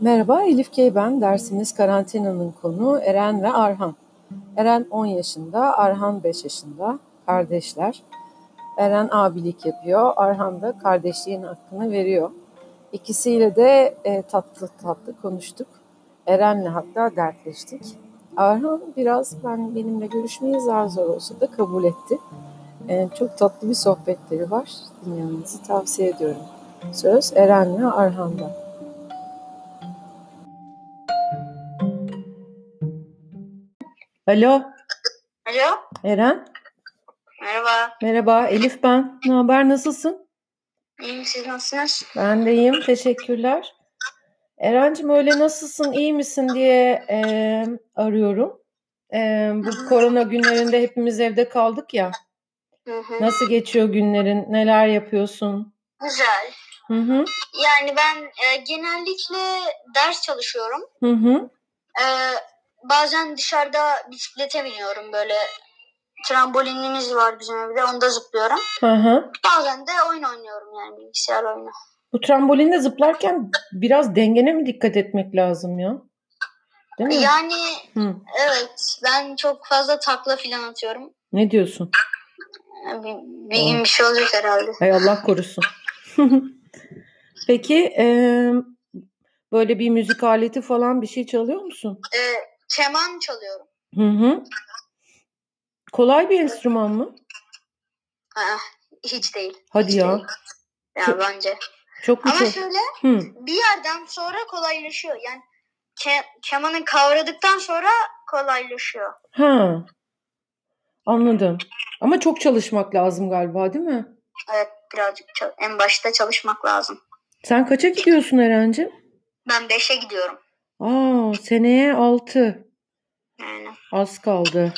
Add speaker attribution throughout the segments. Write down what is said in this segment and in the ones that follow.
Speaker 1: Merhaba Elif Key ben. Dersimiz karantinanın konu Eren ve Arhan. Eren 10 yaşında, Arhan 5 yaşında. Kardeşler. Eren abilik yapıyor, Arhan da kardeşliğin hakkını veriyor. İkisiyle de e, tatlı tatlı konuştuk. Eren'le hatta dertleştik. Arhan biraz ben benimle görüşmeyi zar zor olsa da kabul etti. E, çok tatlı bir sohbetleri var. Dinlemenizi tavsiye ediyorum. Söz Eren'le Arhan'da. Alo
Speaker 2: Alo,
Speaker 1: Eren.
Speaker 2: merhaba.
Speaker 1: Merhaba Elif ben. Ne haber nasılsın?
Speaker 2: İyiyim, siz nasılsınız?
Speaker 1: Ben de iyiyim teşekkürler. Eren'cim öyle nasılsın iyi misin diye e, arıyorum. E, bu korona günlerinde hepimiz evde kaldık ya.
Speaker 2: Hı hı.
Speaker 1: Nasıl geçiyor günlerin? Neler yapıyorsun?
Speaker 2: Güzel.
Speaker 1: Hı hı.
Speaker 2: Yani ben e, genellikle ders çalışıyorum.
Speaker 1: Hı hı.
Speaker 2: E, bazen dışarıda bisiklete biniyorum böyle. Trambolinimiz var bizim evde, onda zıplıyorum.
Speaker 1: Hı hı.
Speaker 2: Bazen de oyun oynuyorum yani bilgisayar oyunu.
Speaker 1: Bu trambolinde zıplarken biraz dengene mi dikkat etmek lazım ya? Değil mi?
Speaker 2: Yani
Speaker 1: Hı.
Speaker 2: evet, ben çok fazla takla filan atıyorum.
Speaker 1: Ne diyorsun?
Speaker 2: Yani Bir, bir gün bir şey olacak herhalde.
Speaker 1: Hay Allah korusun. Peki eee, böyle bir müzik aleti falan bir şey çalıyor musun?
Speaker 2: E, keman çalıyorum.
Speaker 1: Hı hı. Kolay bir enstrüman mı?
Speaker 2: Aa, Ah, hiç değil.
Speaker 1: Hadi
Speaker 2: hiç
Speaker 1: ya.
Speaker 2: değil. Ya
Speaker 1: Çok-
Speaker 2: bence.
Speaker 1: Çok mu
Speaker 2: Ama
Speaker 1: çok?
Speaker 2: şöyle
Speaker 1: Hı.
Speaker 2: bir yerden sonra kolaylaşıyor. Yani ke- kemanı kavradıktan sonra kolaylaşıyor.
Speaker 1: Ha. Anladım. Ama çok çalışmak lazım galiba, değil mi?
Speaker 2: Evet birazcık çal- en başta çalışmak lazım.
Speaker 1: Sen kaça gidiyorsun Eren'cim?
Speaker 2: Ben 5'e gidiyorum.
Speaker 1: Aa, seneye 6.
Speaker 2: Yani.
Speaker 1: Az kaldı.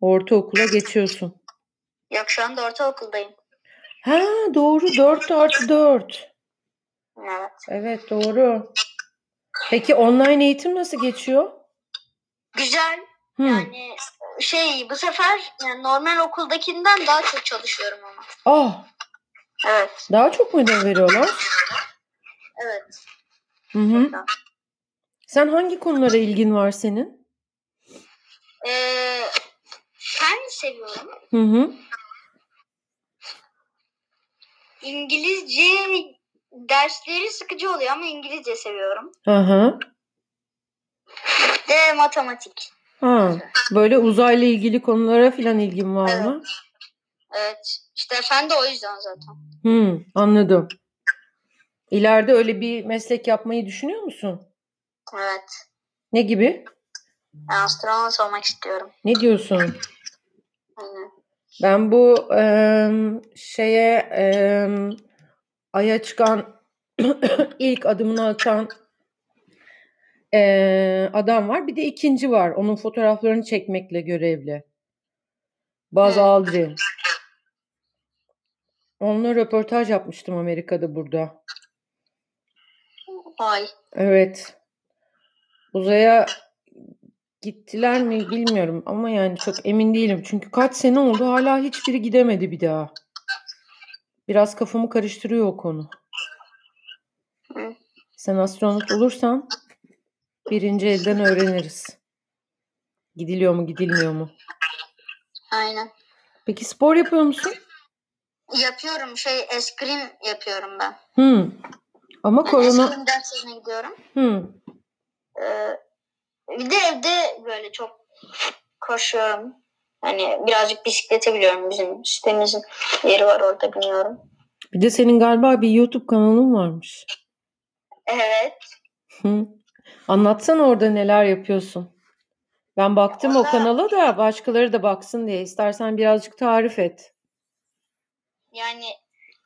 Speaker 1: Ortaokula geçiyorsun.
Speaker 2: Yok şu anda ortaokuldayım.
Speaker 1: Ha, doğru. 4 artı 4.
Speaker 2: Evet.
Speaker 1: Evet doğru. Peki online eğitim nasıl geçiyor?
Speaker 2: Güzel.
Speaker 1: Hı.
Speaker 2: Yani şey bu sefer yani normal okuldakinden daha çok çalışıyorum ama.
Speaker 1: Ah
Speaker 2: Evet.
Speaker 1: daha çok mu ödev veriyorlar?
Speaker 2: Evet.
Speaker 1: Hı hı. Sen hangi konulara ilgin var senin?
Speaker 2: Ee, fen seviyorum.
Speaker 1: Hı hı.
Speaker 2: İngilizce dersleri sıkıcı oluyor ama İngilizce seviyorum.
Speaker 1: Aha.
Speaker 2: Bir De matematik.
Speaker 1: Ha. Böyle uzayla ilgili konulara filan ilgin var mı?
Speaker 2: Evet. İşte efendi o yüzden zaten.
Speaker 1: Hı, anladım. İleride öyle bir meslek yapmayı düşünüyor musun?
Speaker 2: Evet.
Speaker 1: Ne gibi?
Speaker 2: Ben astronot olmak istiyorum.
Speaker 1: Ne diyorsun?
Speaker 2: Aynen.
Speaker 1: Ben bu em, şeye em, aya çıkan ilk adımını atan em, adam var. Bir de ikinci var. Onun fotoğraflarını çekmekle görevli. Buzz
Speaker 2: Hmm.
Speaker 1: Aldrin. Onunla röportaj yapmıştım Amerika'da burada.
Speaker 2: Ay.
Speaker 1: Evet. Uzaya gittiler mi bilmiyorum ama yani çok emin değilim. Çünkü kaç sene oldu hala hiçbiri gidemedi bir daha. Biraz kafamı karıştırıyor o konu.
Speaker 2: Hı.
Speaker 1: Sen astronot olursan birinci elden öğreniriz. Gidiliyor mu gidilmiyor mu?
Speaker 2: Aynen.
Speaker 1: Peki spor yapıyor musun?
Speaker 2: Yapıyorum şey eskrim yapıyorum ben.
Speaker 1: Hı. Ama
Speaker 2: Ben
Speaker 1: korona...
Speaker 2: Eskrim derslerine gidiyorum.
Speaker 1: Hı.
Speaker 2: Ee, bir de evde böyle çok koşuyorum. Hani birazcık bisiklete biliyorum bizim sitemizin yeri var orada biniyorum.
Speaker 1: Bir de senin galiba bir YouTube kanalın varmış.
Speaker 2: Evet.
Speaker 1: Hı. Anlatsana orada neler yapıyorsun. Ben baktım o
Speaker 2: Orada-
Speaker 1: kanala da başkaları da baksın diye. İstersen birazcık tarif et.
Speaker 2: Yani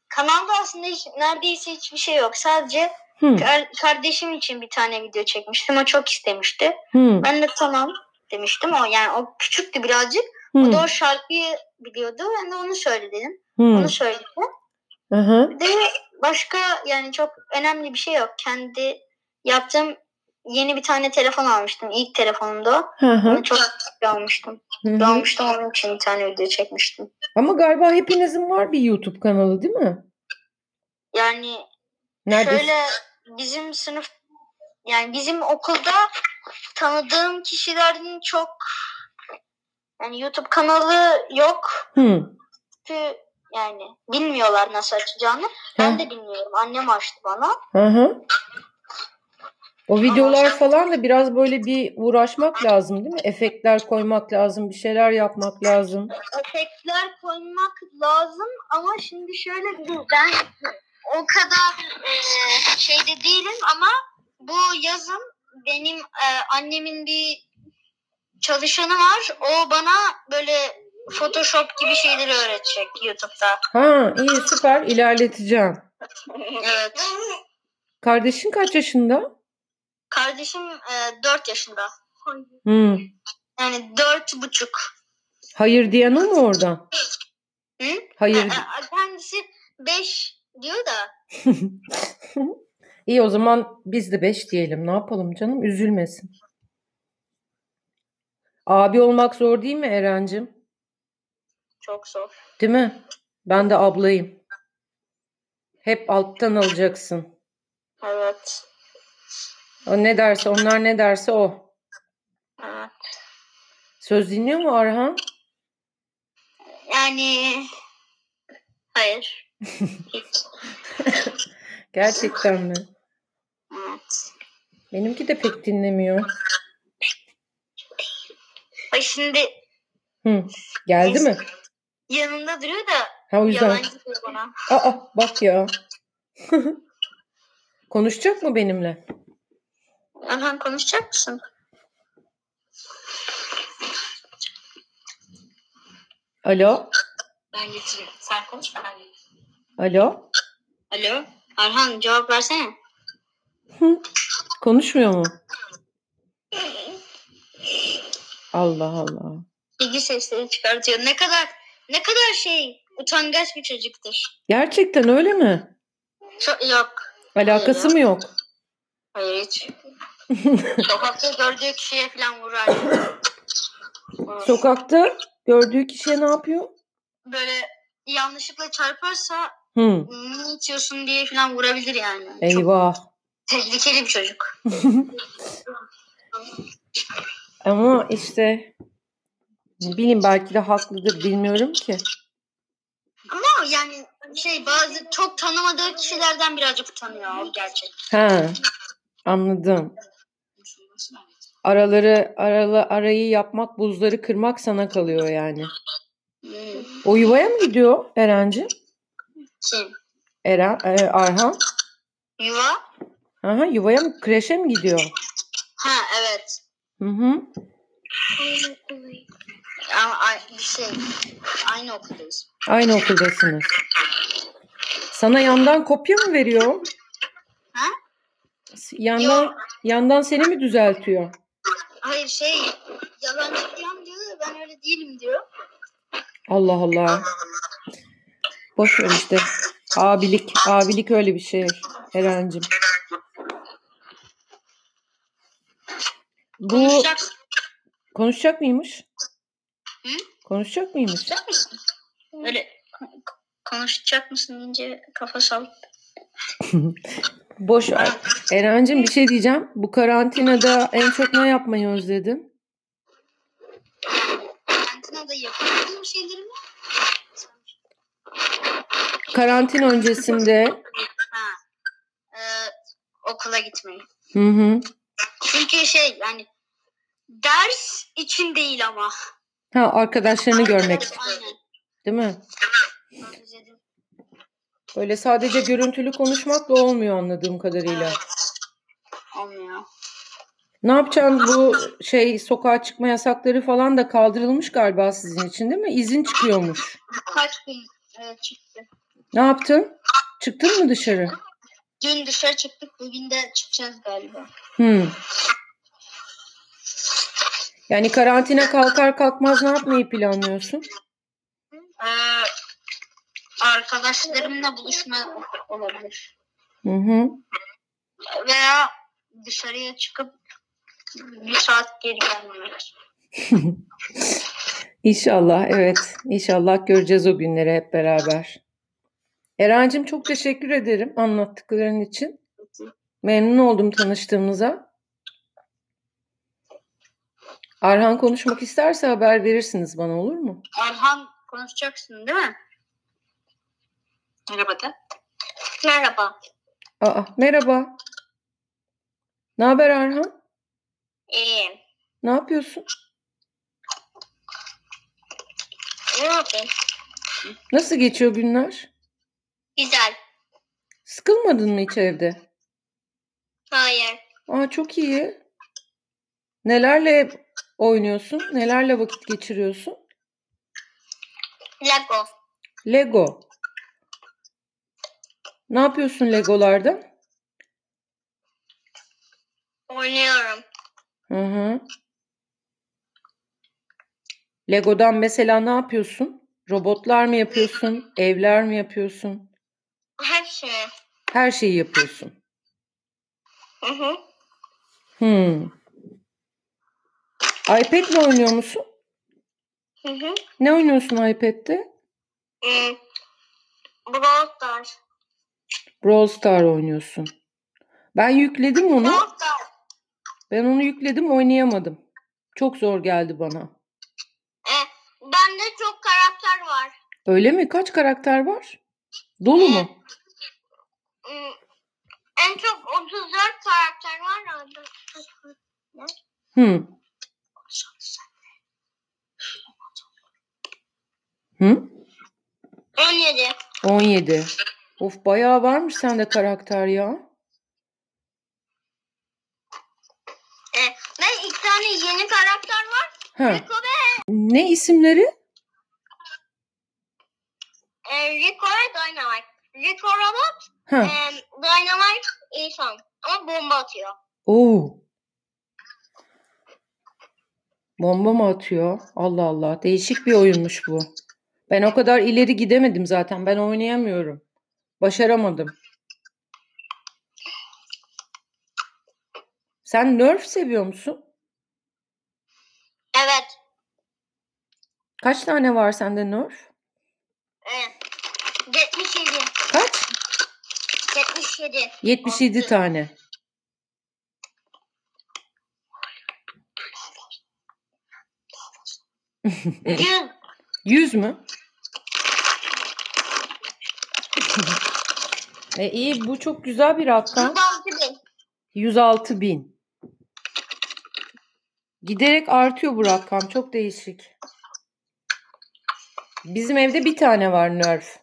Speaker 2: kanalda aslında hiç, neredeyse hiçbir şey yok. Sadece
Speaker 1: Hı,
Speaker 2: Kar- kardeşim için bir tane video çekmiştim. O çok istemişti.
Speaker 1: hı,
Speaker 2: Ben de tamam demiştim. O yani o küçüktü birazcık. O
Speaker 1: hı,
Speaker 2: da o şarkıyı biliyordu. Ben de onu söyle dedim.
Speaker 1: hı.
Speaker 2: Onu söyledi.
Speaker 1: Aha.
Speaker 2: Bir de başka yani çok önemli bir şey yok. Kendi yaptığım yeni bir tane telefon almıştım. İlk telefonumda o.
Speaker 1: Hı hı,
Speaker 2: Onu çok iyi almıştım.
Speaker 1: hı
Speaker 2: İyi
Speaker 1: hı.
Speaker 2: Almıştım onun için bir tane video çekmiştim.
Speaker 1: Ama galiba hepinizin var bir YouTube kanalı değil mi?
Speaker 2: Yani
Speaker 1: Neredesin?
Speaker 2: şöyle bizim sınıf yani bizim okulda tanıdığım kişilerin çok yani YouTube kanalı yok.
Speaker 1: Hı.
Speaker 2: Çünkü yani bilmiyorlar nasıl açacağını. Ben de bilmiyorum. Annem açtı bana.
Speaker 1: Hı hı. O videolar falan da biraz böyle bir uğraşmak lazım değil mi? Efektler koymak lazım, bir şeyler yapmak lazım.
Speaker 2: Efektler E, koymak lazım ama şimdi şöyle bir ben o kadar e, şeyde değilim ama bu yazın benim e, annemin bir çalışanı var. O bana böyle Photoshop gibi şeyleri öğretecek YouTube'da.
Speaker 1: Ha, iyi süper ilerleteceğim.
Speaker 2: Evet.
Speaker 1: Kardeşin kaç yaşında?
Speaker 2: Kardeşim e, 4 yaşında.
Speaker 1: Hı.
Speaker 2: Yani dört buçuk.
Speaker 1: Hayır diyen o mu orada?
Speaker 2: Hı?
Speaker 1: Hayır.
Speaker 2: E, e, Kendisi 5 diyor da.
Speaker 1: İyi o zaman biz de 5 diyelim. Ne yapalım canım? Üzülmesin. Abi olmak zor değil mi Eren'cim?
Speaker 2: Çok zor.
Speaker 1: Değil mi? Ben de ablayım. Hep alttan alacaksın.
Speaker 2: Evet.
Speaker 1: O ne derse onlar ne derse o.
Speaker 2: evet.
Speaker 1: Söz dinliyor mu Arhan?
Speaker 2: Yani hayır. Hiç.
Speaker 1: Gerçekten mi?
Speaker 2: Evet.
Speaker 1: Benimki de pek dinlemiyor.
Speaker 2: Ay şimdi
Speaker 1: Hı. Geldi mi?
Speaker 2: yanında duruyor da
Speaker 1: Ha o yüzden.
Speaker 2: yalancı diyor bana.
Speaker 1: Aa bak ya. Konuşacak mı benimle?
Speaker 2: Erhan konuşacak mısın?
Speaker 1: Alo?
Speaker 2: Ben getireyim. Sen konuş ben getireyim.
Speaker 1: Alo?
Speaker 2: Alo. Erhan cevap versene.
Speaker 1: Konuşmuyor mu? Allah Allah.
Speaker 2: İlgi sesleri çıkartıyor. Ne kadar ne kadar şey utangaç bir çocuktur.
Speaker 1: Gerçekten öyle mi?
Speaker 2: Çok, yok.
Speaker 1: Alakası mı yok?
Speaker 2: Hayır hiç. Sokakta gördüğü kişiye falan vurar. Evet.
Speaker 1: Sokakta gördüğü kişiye ne yapıyor?
Speaker 2: Böyle yanlışlıkla çarparsa
Speaker 1: Hı.
Speaker 2: ne içiyorsun diye falan vurabilir yani. Çok
Speaker 1: Eyvah.
Speaker 2: tehlikeli bir çocuk.
Speaker 1: Ama işte ne bileyim belki de haklıdır bilmiyorum ki.
Speaker 2: Ama yani şey bazı çok tanımadığı kişilerden birazcık utanıyor o gerçek.
Speaker 1: Ha. Anladım. Araları aralı arayı yapmak, buzları kırmak sana kalıyor yani.
Speaker 2: Hmm.
Speaker 1: O yuvaya mı gidiyor Erenci?
Speaker 2: Kim?
Speaker 1: Eren, e, Arhan.
Speaker 2: Yuva?
Speaker 1: Aha, yuvaya mı, kreşe mi gidiyor?
Speaker 2: Ha evet.
Speaker 1: Hı hı.
Speaker 2: Ama a- bir şey aynı okuldayız.
Speaker 1: Aynı okuldasınız. Sana yandan kopya mı veriyor?
Speaker 2: Ha?
Speaker 1: Yandan yandan seni mi düzeltiyor?
Speaker 2: Hayır şey yalancı falan diyor da ben öyle değilim diyor.
Speaker 1: Allah Allah. Boş ver işte. Abilik, abilik öyle bir şey Eren'cim. Bu
Speaker 2: Konuşacak
Speaker 1: konuşacak mıymış?
Speaker 2: Hı?
Speaker 1: Konuşacak mıymış?
Speaker 2: Konuşacak mısın? Öyle ko- konuşacak mısın deyince kafa sal.
Speaker 1: Boş ver. Eren'cim bir şey diyeceğim. Bu karantinada en çok ne yapmayı özledin?
Speaker 2: Karantinada yapabildiğim şeyleri mi?
Speaker 1: Karantina öncesinde.
Speaker 2: Ee, okula gitmeyi.
Speaker 1: Hı hı.
Speaker 2: Çünkü şey yani ders için değil ama.
Speaker 1: Ha arkadaşlarını görmek
Speaker 2: Aynen.
Speaker 1: değil mi?
Speaker 2: Ben özledim.
Speaker 1: Böyle sadece görüntülü konuşmakla olmuyor anladığım kadarıyla.
Speaker 2: Evet. Olmuyor.
Speaker 1: Ne yapacaksın bu şey sokağa çıkma yasakları falan da kaldırılmış galiba sizin için değil mi? İzin çıkıyormuş.
Speaker 2: Kaç gün e, çıktı?
Speaker 1: Ne yaptın? Çıktın mı dışarı?
Speaker 2: Dün dışarı çıktık. Bugün de çıkacağız galiba.
Speaker 1: Hmm. Yani karantina kalkar kalkmaz ne yapmayı planlıyorsun?
Speaker 2: Ee, arkadaşlarımla buluşma olabilir.
Speaker 1: Hı hı.
Speaker 2: veya dışarıya çıkıp bir saat geri gelmemek.
Speaker 1: İnşallah evet. İnşallah göreceğiz o günleri hep beraber. Eren'cim çok teşekkür ederim anlattıkların için. Memnun oldum tanıştığımıza. Arhan konuşmak isterse haber verirsiniz bana olur mu?
Speaker 2: Erhan konuşacaksın değil mi? Merhaba de. Merhaba.
Speaker 1: Aa, merhaba. Ne haber Arhan?
Speaker 2: İyiyim.
Speaker 1: Ne yapıyorsun?
Speaker 2: Ne yapayım?
Speaker 1: Nasıl geçiyor günler?
Speaker 2: Güzel.
Speaker 1: Sıkılmadın mı hiç evde?
Speaker 2: Hayır.
Speaker 1: Aa çok iyi. Nelerle oynuyorsun? Nelerle vakit geçiriyorsun?
Speaker 2: Lego.
Speaker 1: Lego. Ne yapıyorsun Legolarda?
Speaker 2: Oynuyorum.
Speaker 1: Hı hı. Lego'dan mesela ne yapıyorsun? Robotlar mı yapıyorsun? Evler mi yapıyorsun?
Speaker 2: Her şey.
Speaker 1: Her şeyi yapıyorsun.
Speaker 2: Hı hı.
Speaker 1: Hmm. iPad'le oynuyor musun?
Speaker 2: Hı hı.
Speaker 1: Ne oynuyorsun iPad'te?
Speaker 2: Ee, Brawl Stars.
Speaker 1: Brawl Star oynuyorsun. Ben yükledim onu.
Speaker 2: Brawl Stars.
Speaker 1: Ben onu yükledim oynayamadım. Çok zor geldi bana.
Speaker 2: Ee, bende çok karakter var.
Speaker 1: Öyle mi? Kaç karakter var? Dolu mu?
Speaker 2: Ee, en çok 34 karakter var orada.
Speaker 1: Hmm. Hı?
Speaker 2: 17.
Speaker 1: 17. Of bayağı varmış sende karakter ya.
Speaker 2: Ee, ve iki tane yeni karakter var.
Speaker 1: Ha.
Speaker 2: Rico ve
Speaker 1: Ne isimleri?
Speaker 2: e, Rico ve Dynamite. Rico robot,
Speaker 1: Ha.
Speaker 2: e, Dynamite insan. Ama bomba atıyor.
Speaker 1: Oo. Bomba mı atıyor? Allah Allah. Değişik bir oyunmuş bu. Ben o kadar ileri gidemedim zaten. Ben oynayamıyorum. Başaramadım. Sen Nerf seviyor musun?
Speaker 2: Evet.
Speaker 1: Kaç tane var sende Nerf?
Speaker 2: E, 77.
Speaker 1: Kaç?
Speaker 2: 77.
Speaker 1: 77
Speaker 2: Altı.
Speaker 1: tane.
Speaker 2: Yüz.
Speaker 1: 100 mü? e iyi bu çok güzel bir rakam.
Speaker 2: 106 bin.
Speaker 1: 106 bin. Giderek artıyor bu rakam. Çok değişik. Bizim evde bir tane var Nerf.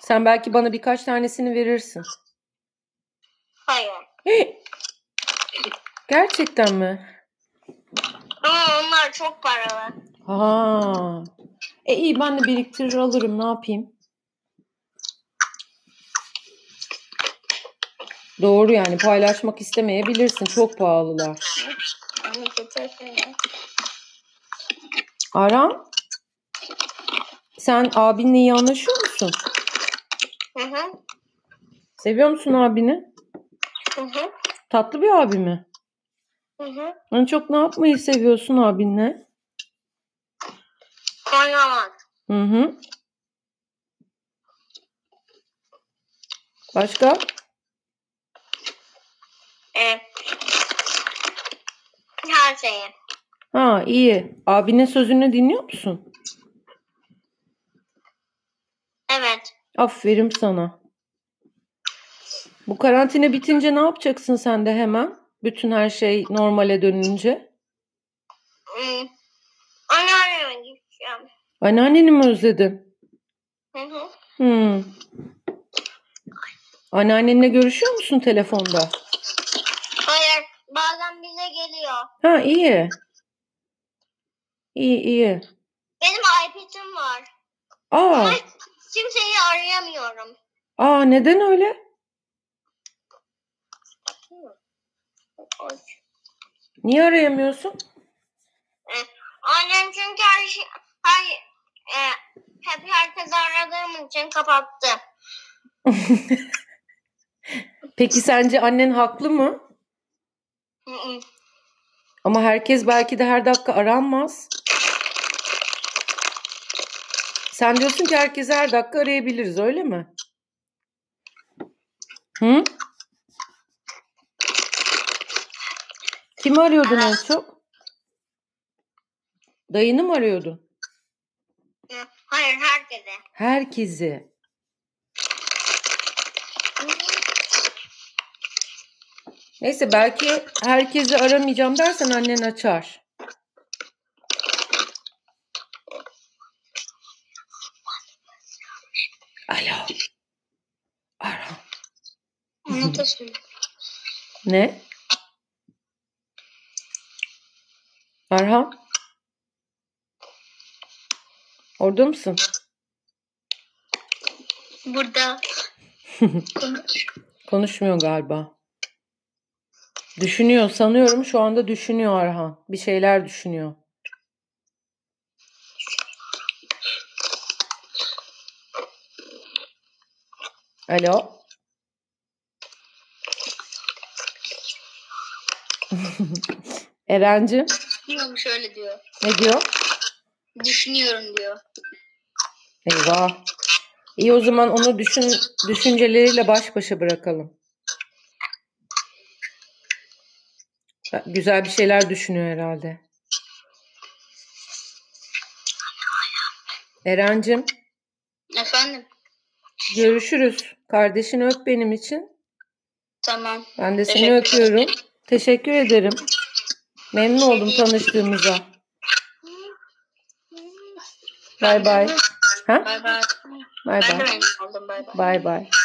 Speaker 1: Sen belki bana birkaç tanesini verirsin.
Speaker 2: Hayır.
Speaker 1: Gerçekten mi?
Speaker 2: Ama onlar çok paralı.
Speaker 1: Ha. E iyi ben de biriktirir alırım ne yapayım? Doğru yani paylaşmak istemeyebilirsin. Çok pahalılar.
Speaker 2: Onu getirsene.
Speaker 1: Aram sen abinle iyi anlaşıyor musun?
Speaker 2: Hı hı.
Speaker 1: Seviyor musun abini?
Speaker 2: Hı hı.
Speaker 1: Tatlı bir abi mi?
Speaker 2: Hı hı.
Speaker 1: En çok ne yapmayı seviyorsun abinle?
Speaker 2: Oynamak.
Speaker 1: Hı hı. Başka?
Speaker 2: E, her şeyi.
Speaker 1: Ha iyi. Abinin sözünü dinliyor musun?
Speaker 2: Evet.
Speaker 1: Aferin sana. Bu karantina bitince ne yapacaksın sen de hemen? Bütün her şey normale dönünce.
Speaker 2: Hmm. Anneanneme gideceğim.
Speaker 1: Anneanneni mi özledin?
Speaker 2: Hı hı.
Speaker 1: Hmm. Anneannenle görüşüyor musun telefonda?
Speaker 2: Hayır. Bazen bize geliyor.
Speaker 1: Ha iyi. İyi iyi.
Speaker 2: Benim iPad'im var.
Speaker 1: Aa,
Speaker 2: Ama kimseyi arayamıyorum.
Speaker 1: aa neden öyle? Niye arayamıyorsun?
Speaker 2: Annem çünkü her şey... Her, e, hep herkes aradığım için kapattı.
Speaker 1: Peki sence annen haklı mı?
Speaker 2: Hı hı.
Speaker 1: Ama herkes belki de her dakika aranmaz. Sen diyorsun ki herkesi her dakika arayabiliriz öyle mi? Hı? Kimi arıyordun en çok? Dayını mı arıyordun?
Speaker 2: Hı, Hayır herkese.
Speaker 1: Herkesi. Neyse belki herkesi aramayacağım dersen annen açar. Alo. Arhan.
Speaker 2: Unutursun.
Speaker 1: Ne? Arhan? Orada mısın?
Speaker 2: Burada. Konuş.
Speaker 1: Konuşmuyor galiba. Düşünüyor sanıyorum şu anda düşünüyor Arhan. Bir şeyler düşünüyor. Alo. Eren'cim
Speaker 2: Diyormuş öyle diyor.
Speaker 1: ne diyor?
Speaker 2: Düşünüyorum diyor.
Speaker 1: Eyvah. İyi o zaman onu düşün düşünceleriyle baş başa bırakalım. Ha, Güzel bir şeyler düşünüyor herhalde. Eren'cim
Speaker 2: Efendim?
Speaker 1: görüşürüz. Kardeşini öp benim için.
Speaker 2: Tamam.
Speaker 1: Ben de seni
Speaker 2: Teşekkür ederim.
Speaker 1: öpüyorum. Teşekkür ederim. Memnun oldum tanıştığımıza. Bay bay. Ha?
Speaker 2: Bay bay.
Speaker 1: Bay
Speaker 2: Ben de
Speaker 1: bay.
Speaker 2: memnun oldum. Bay bay.
Speaker 1: Bay bay.